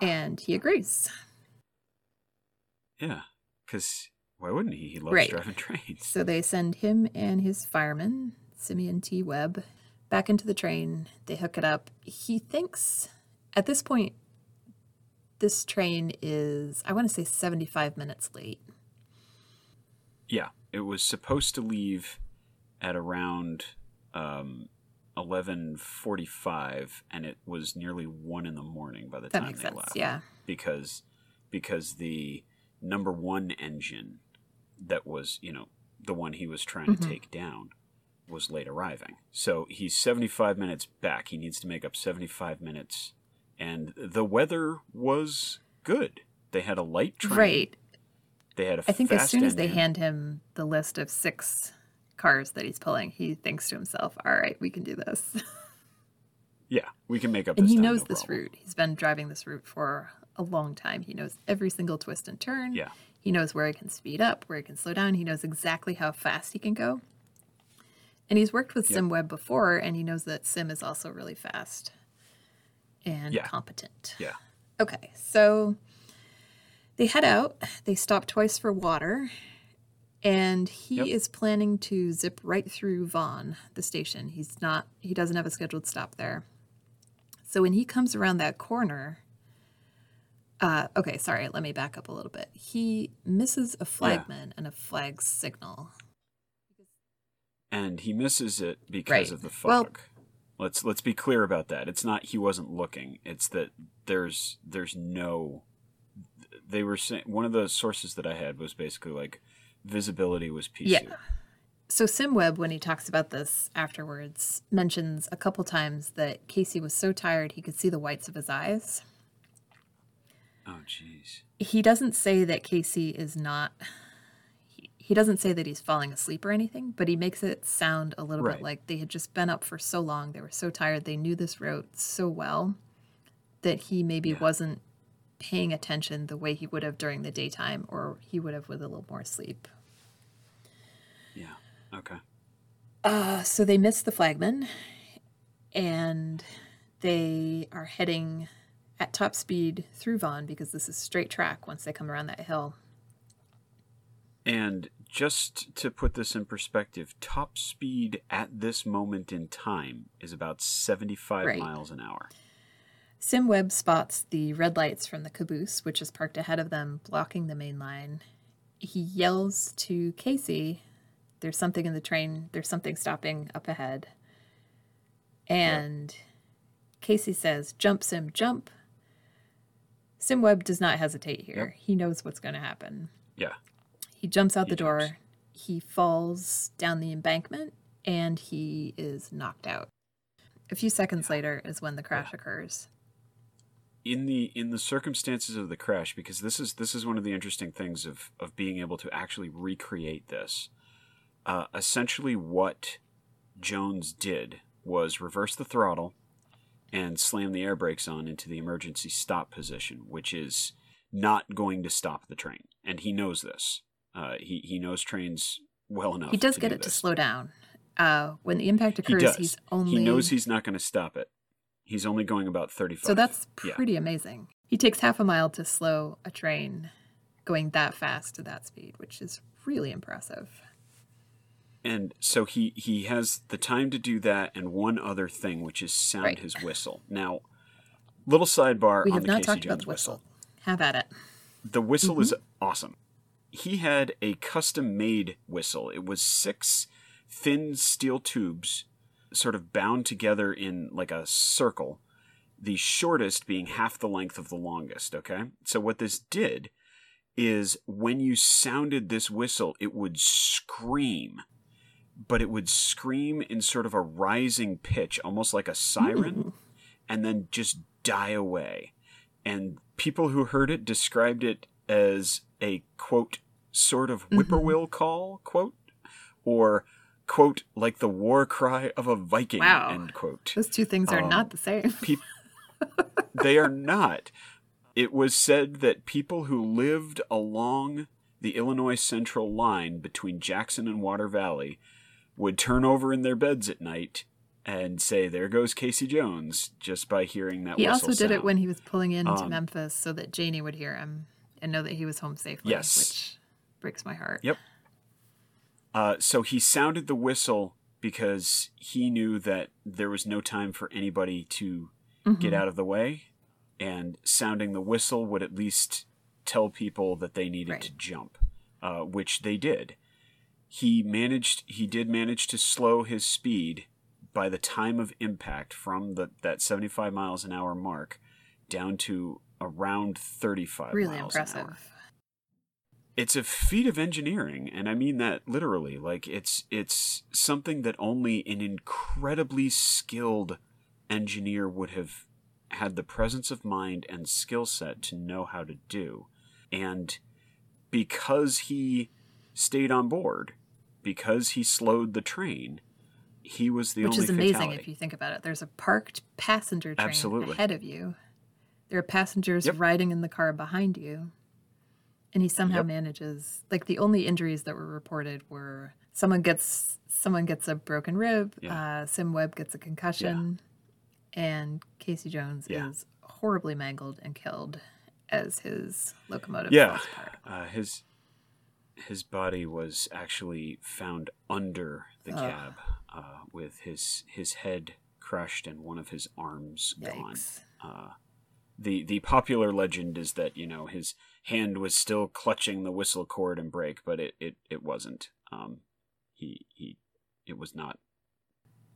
And he agrees. yeah. Because why wouldn't he? He loves Right. driving trains. So they send him and his fireman, Simeon T. Webb, back into the train. They hook it up. He thinks at this point, this train is, I want to say 75 minutes late. Yeah. It was supposed to leave at around um, 11.45, and it was nearly 1 in the morning by the That time makes they sense. left. Yeah. because because the number one engine that was you know the one he was trying Mm-hmm. to take down was late arriving so he's 75 minutes back he needs to make up 75 minutes and the weather was good they had a light train Right. they had a I think as fast soon as they engine. hand him the list of six cars that he's pulling, he thinks to himself, all right, we can do this. yeah we can make up and this he time, knows no this problem. route. He's been driving this route for a long time. He knows every single twist and turn. yeah He knows where he can speed up, where he can slow down. He knows exactly how fast he can go. And he's worked with Yeah. Sim Webb before, and he knows that Sim is also really fast and Yeah. competent. yeah Okay, so they head out. They stop twice for water, and he Yep. is planning to zip right through Vaughn, the station. He's not. He doesn't have a scheduled stop there. So when he comes around that corner, uh, okay, sorry, let me back up a little bit. He misses a flagman and a flag signal. and he misses it because Right. of the fog. Well- let's let's be clear about that. It's not he wasn't looking. It's that there's there's no. They were saying one of the sources that I had was basically like visibility was pea Yeah. soup. So Simweb, when he talks about this afterwards, mentions a couple times that Casey was so tired he could see the whites of his eyes. Oh jeez. he doesn't say that Casey is not. He, he doesn't say that he's falling asleep or anything, but he makes it sound a little Right. bit like they had just been up for so long, they were so tired, they knew this route so well that he maybe Yeah. wasn't paying attention the way he would have during the daytime, or he would have with a little more sleep. Okay. Uh, so they miss the flagman and they are heading at top speed through Vaughn because this is straight track once they come around that hill. And just to put this in perspective, top speed at this moment in time is about 75 Right. miles an hour. Sim Webb spots the red lights from the caboose, which is parked ahead of them, blocking the main line. He yells to Casey, There's something in the train, there's something stopping up ahead. And Casey says, Jump, Sim, jump. Sim Webb does not hesitate here. He knows what's going to happen. Yeah. He jumps out He the door, jumps. he falls down the embankment, and he is knocked out. A few seconds later is when the crash occurs. In the in the circumstances of the crash because this is this is one of the interesting things of of being able to actually recreate this. Uh, essentially what Jones did was reverse the throttle and slam the air brakes on into the emergency stop position, which is not going to stop the train. And he knows this. Uh, he, he knows trains well enough. He does to get do it to this. slow down. Uh, when the impact He occurs, does. he's only. He knows he's not going to stop it. He's only going about 35. So that's Yeah. pretty amazing. He takes half a mile to slow a train going that fast to that speed, which is really impressive. And so he he has the time to do that and one other thing, which is sound Right. his whistle. Now, little sidebar we on have the not Casey talked Jones about the whistle. Have at it. The whistle is awesome. He had a custom made whistle. It was six thin steel tubes, sort of bound together in like a circle, the shortest being half the length of the longest. Okay. So, what this did is when you sounded this whistle, it would scream, but it would scream in sort of a rising pitch, almost like a siren, Mm. and then just die away and people who heard it described it as a quote sort Mm-hmm. of whippoorwill call quote or quote like the war cry of a viking Wow. end quote Those two things are Um, not the same. peop- they are not it was said that people who lived along the illinois central line between jackson and water valley would turn over in their beds at night and say there goes casey jones just by hearing that He whistle also did it sound. when he was pulling into Um, Memphis so that Janie would hear him and know that he was home safely, Yes. which breaks my heart. Yep. Uh, so he sounded the whistle because he knew that there was no time for anybody to Mm-hmm. get out of the way, and sounding the whistle would at least tell people that they needed Right. to jump, uh, which they did. He managed. He did manage to slow his speed by the time of impact from the, that 75 miles an hour mark down to around 35 Really miles an hour impressive. it's a feat of engineering and i mean that literally like it's it's something that only an incredibly skilled engineer would have had the presence of mind and skill set to know how to do and because he stayed on board because he slowed the train he was the Which only is amazing fatality. if you think about it. There's a parked passenger train Absolutely. ahead of you. There are passengers Yep. riding in the car behind you. And he somehow Yep. manages like the only injuries that were reported were someone gets someone gets a broken rib, Yeah. uh, Sim Webb gets a concussion, and Casey Jones Yeah. is horribly mangled and killed as his locomotive yeah falls apart. uh, his his body was actually found under the Ugh. cab uh, with his his head crushed and one of his arms gone Yikes. uh, the the popular legend is that you know his hand was still clutching the whistle cord and brake but it it, it wasn't um, he he it was not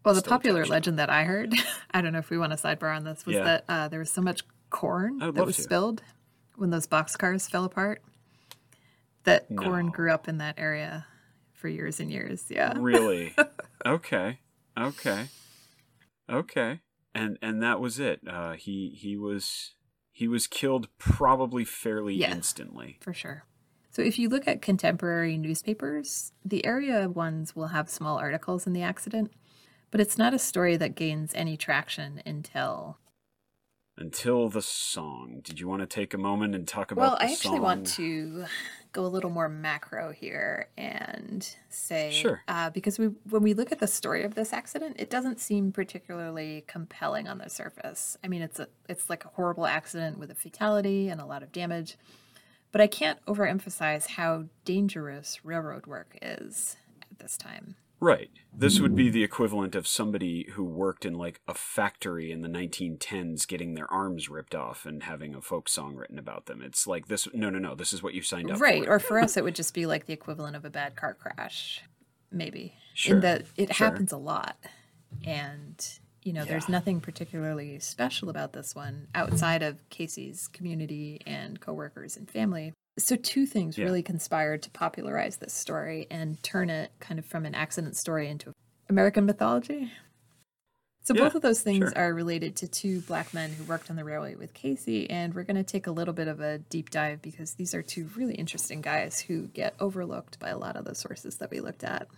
Well, the still popular attached. legend that I heard, I don't know if we want to sidebar on this, was Yeah. that uh, there was so much corn I would that love was to. spilled when those boxcars fell apart that corn No. grew up in that area for years and years. Yeah. really okay okay okay and and that was it uh he he was he was killed probably fairly Yeah. instantly For sure. So if you look at contemporary newspapers, the area ones will have small articles in the accident, but it's not a story that gains any traction until. until the song did you want to take a moment and talk about Well, the I actually want song? to go a little more macro here and say, Sure. uh, because we when we look at the story of this accident, it doesn't seem particularly compelling on the surface. I mean, it's a it's like a horrible accident with a fatality and a lot of damage, but I can't overemphasize how dangerous railroad work is at this time. Right. This would be the equivalent of somebody who worked in like a factory in the 1910s getting their arms ripped off and having a folk song written about them. It's like this no no no, this is what you signed up Right. for. Or for us, it would just be like the equivalent of a bad car crash, maybe. Sure, In that it sure. happens a lot. And, you know, there's nothing particularly special about this one outside of Casey's community and coworkers and family. So, two things Yeah. really conspired to popularize this story and turn it kind of from an accident story into American mythology. So Yeah, both of those things sure. are related to two black men who worked on the railway with Casey, and we're going to take a little bit of a deep dive because these are two really interesting guys who get overlooked by a lot of the sources that we looked at.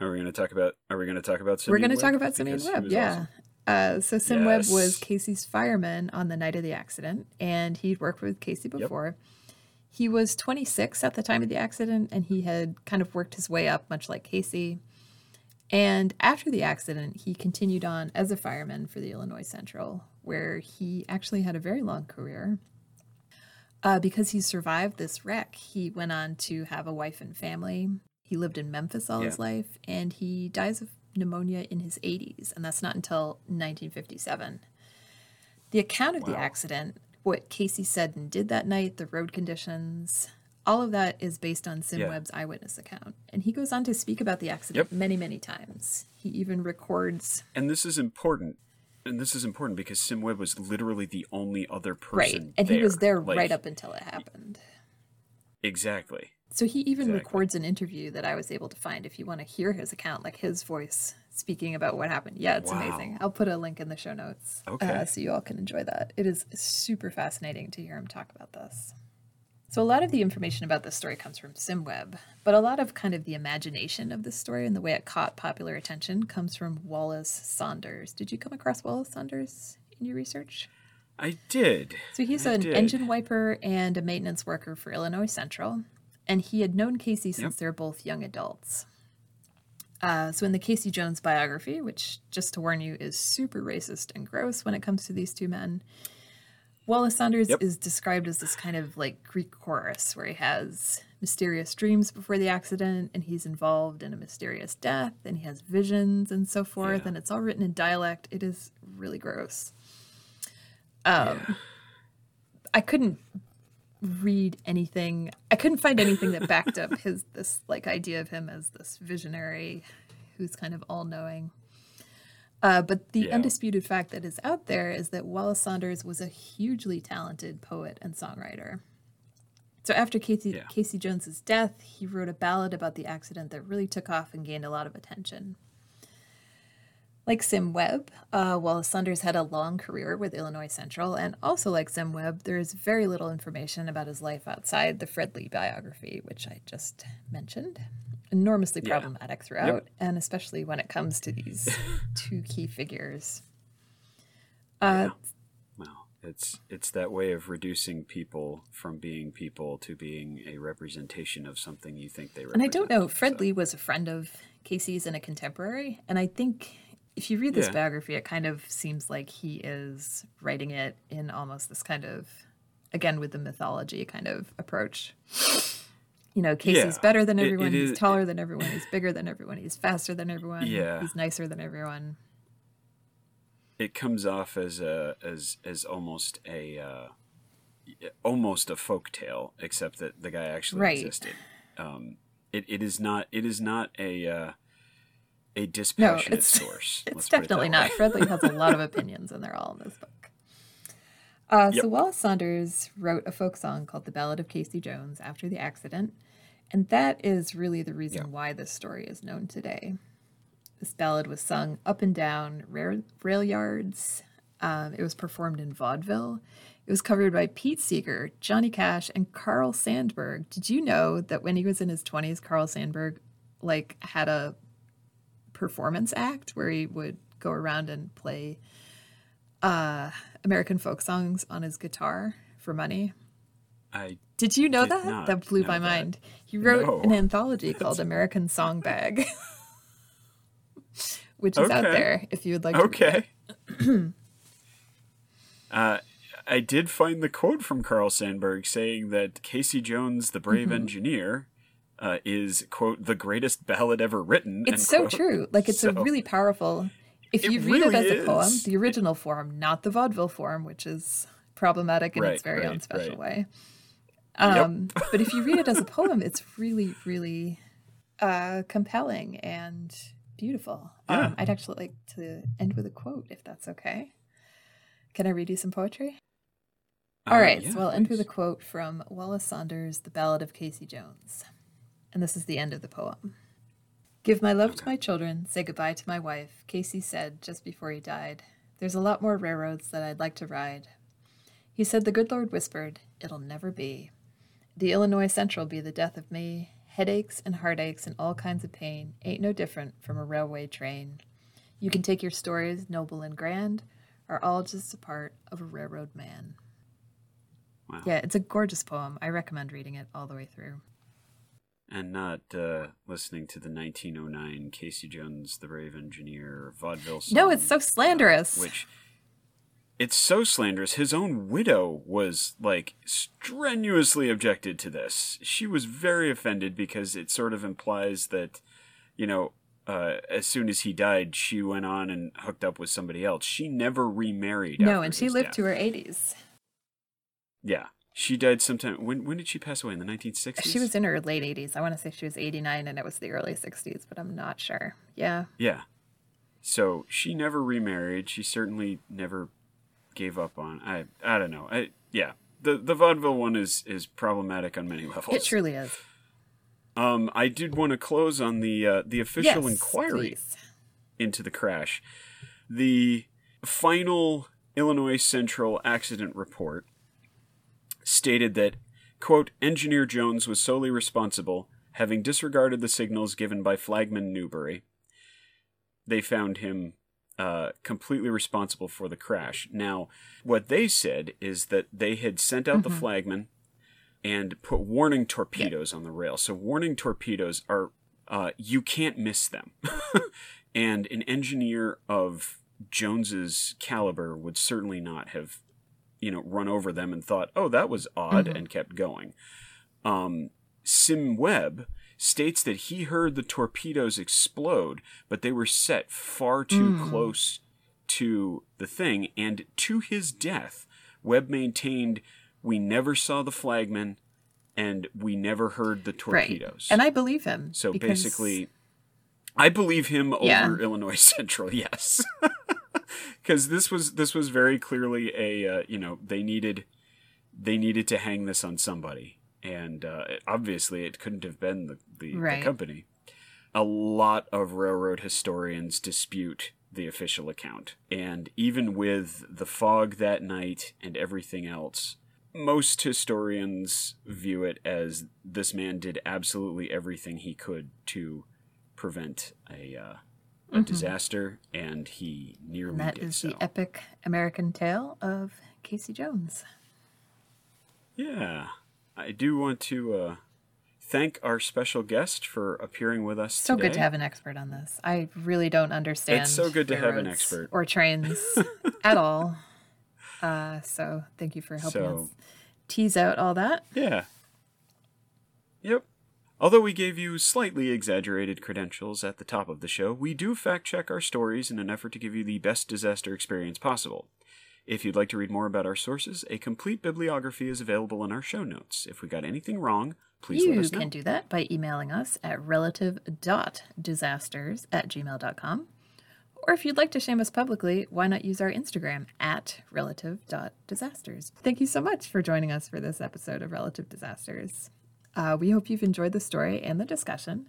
Are we going to talk about are we going to talk about Simeon we're going to Webb? talk about Simeon Because he Webb, was yeah. awesome. Uh, so Sim Webb was Yes. Casey's fireman on the night of the accident, and he'd worked with Casey before. He was 26 at the time of the accident, and he had kind of worked his way up, much like Casey. And after the accident, he continued on as a fireman for the Illinois Central, where he actually had a very long career. Uh, because he survived this wreck, he went on to have a wife and family. He lived in Memphis all his Yeah. life, and he dies of pneumonia in his 80s, and that's not until 1957. The account of the Wow. accident, what Casey said and did that night, the road conditions, all of that is based on Sim Yeah. Webb's eyewitness account. And he goes on to speak about the accident Yep. many, many times. He even records And this is important. And this is important because Sim Webb was literally the only other person right, and he was there Like, right up until it happened. Exactly. So he even Exactly. records an interview that I was able to find if you want to hear his account, like his voice speaking about what happened. Yeah, it's amazing. Wow. I'll put a link in the show notes uh, Okay. so you all can enjoy that. It is super fascinating to hear him talk about this. So a lot of the information about this story comes from Simweb, but a lot of kind of the imagination of this story and the way it caught popular attention comes from Wallace Saunders. Did you come across Wallace Saunders in your research? I did. So he's I an did. engine wiper and a maintenance worker for Illinois Central, and he had known Casey since Yep. they're both young adults. Uh, so in the Casey Jones biography, which just to warn you is super racist and gross when it comes to these two men, Wallace Saunders Yep. is described as this kind of like Greek chorus where he has mysterious dreams before the accident and he's involved in a mysterious death and he has visions and so forth Yeah. and it's all written in dialect. It is really gross. I couldn't read anything. I couldn't find anything that backed up his this like idea of him as this visionary who's kind of all knowing. Uh, but the Yeah. undisputed fact that is out there is that Wallace Saunders was a hugely talented poet and songwriter. So after Casey, Yeah. Casey Jones's death, he wrote a ballad about the accident that really took off and gained a lot of attention. Like Sim Webb, uh, Wallace Saunders had a long career with Illinois Central, and also like Sim Webb, there is very little information about his life outside the Fred Lee biography, which I just mentioned. Enormously problematic throughout, and especially when it comes to these two key figures. Uh, Well, it's it's that way of reducing people from being people to being a representation of something you think they represent. And I don't know. Fred Lee was a friend of Casey's and a contemporary. And I think if you read this Yeah. biography, it kind of seems like he is writing it in almost this kind of, again, with the mythology kind of approach. You know, Casey's Yeah. better than It- it everyone. he's is- taller than everyone. He's bigger than everyone. He's faster than everyone. Yeah. He's nicer than everyone. It comes off as a as as almost a uh, almost a folktale, except that the guy actually Right. existed. Um, it, it is not it is not a uh, a dispassionate it's- source. It's let's put it that definitely way. not. Fred Lee has a lot of opinions, and they're all in this book. Uh, Yep. So Wallace Saunders wrote a folk song called "The Ballad of Casey Jones" after the accident, and that is really the reason why this story is known today. This ballad was sung up and down rail, rail yards. Um, it was performed in vaudeville. It was covered by Pete Seeger, Johnny Cash, and Carl Sandburg. Did you know that when he was in his twenties, Carl Sandburg like had a performance act where he would go around and play uh, American folk songs on his guitar for money. I Did you know Did that? not That blew know my that. mind. He wrote No. an anthology called American Songbag, which is out Okay. there if you would like to. read it. okay. uh, I did find the quote from Carl Sandburg saying that Casey Jones, the Mm-hmm. brave engineer, uh, is quote the greatest ballad ever written. end It's so quote. true. Like it's a So- really powerful. If It you read really it as a poem, is. the original form, not the vaudeville form, which is problematic in Right, its very right, own special right. way. Um, but if you read it as a poem, it's really, really uh, compelling and beautiful. Yeah. Um, I'd actually like to end with a quote, if that's okay. Can I read you some poetry? All Uh, right, yeah, so I'll end with a please. quote from Wallace Saunders' The Ballad of Casey Jones. And this is the end of the poem. Give my love to my children, say goodbye to my wife, Casey said just before he died. There's a lot more railroads that I'd like to ride. He said the good Lord whispered, It'll never be. The Illinois Central be the death of me. Headaches and heartaches and all kinds of pain ain't no different from a railway train. You can take your stories, noble and grand, are all just a part of a railroad man. Wow. Yeah, it's a gorgeous poem. I recommend reading it all the way through. and not uh, listening to the 1909 Casey Jones, the Brave Engineer vaudeville. Song, No, it's so slanderous. which it's so slanderous. His own widow was like strenuously objected to this. She was very offended because it sort of implies that, you know, uh, as soon as he died, she went on and hooked up with somebody else. She never remarried. no, after and she his lived death. to her 80s. Yeah, she died sometime. When when did she pass away? In the 1960s. She was in her late 80s. I want to say she was 89 and it was the early 60s, but I'm not sure. Yeah. Yeah. So she never remarried. She certainly never gave up on. I I don't know. I yeah. The the vaudeville one is is problematic on many levels. It truly is. Um, I did want to close on the uh, the official Yes, inquiry please. into the crash. The final Illinois Central accident report stated that, quote, Engineer Jones was solely responsible, having disregarded the signals given by Flagman Newbury. They found him uh, completely responsible for the crash. Now, what they said is that they had sent out the flagman and put warning torpedoes on the rail. So, warning torpedoes are, uh, you can't miss them. and an engineer of Jones's caliber would certainly not have, you know, run over them and thought, "Oh, that was odd," and kept going. Um, Sim Webb states that he heard the torpedoes explode, but they were set far too close to the thing, and to his death, Webb maintained, "We never saw the flagman, and we never heard the torpedoes." Right. And I believe him. So because- basically, I believe him over Yeah. Illinois Central. Yes, because this was this was very clearly a uh, you know they needed they needed to hang this on somebody, and uh, it- obviously it couldn't have been the the, Right. the company. A lot of railroad historians dispute the official account, and even with the fog that night and everything else, most historians view it as this man did absolutely everything he could to prevent a uh, a disaster, and he nearly And Mm-hmm. that did is so. the epic American tale of Casey Jones. yeah, I do want to uh, thank our special guest for appearing with us So today. good to have an expert on this. I really don't understand. It's so good to have an railroads expert. or trains at all. Uh, so thank you for helping So- us tease out all that. Yeah. Yep. Although we gave you slightly exaggerated credentials at the top of the show, we do fact check our stories in an effort to give you the best disaster experience possible. If you'd like to read more about our sources, a complete bibliography is available in our show notes. If we got anything wrong, please let you us know. can do that by emailing us at relative.disasters at gmail.com. Or if you'd like to shame us publicly, why not use our Instagram at relative.disasters? Thank you so much for joining us for this episode of Relative Disasters. Uh, we hope you've enjoyed the story and the discussion.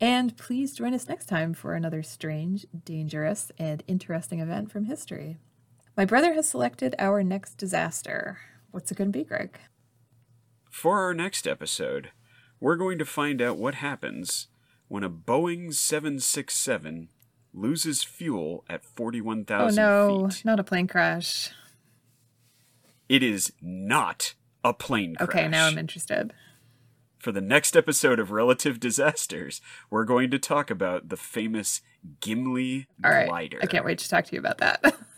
And please join us next time for another strange, dangerous, and interesting event from history. My brother has selected our next disaster. What's it going to be, Greg? For our next episode, we're going to find out what happens when a Boeing 767 loses fuel at Oh 41,000 no, feet. not a plane crash. It is not a plane crash. Okay, now I'm interested. For the next episode of Relative Disasters, we're going to talk about the famous Gimli All right. glider. I can't wait to talk to you about that.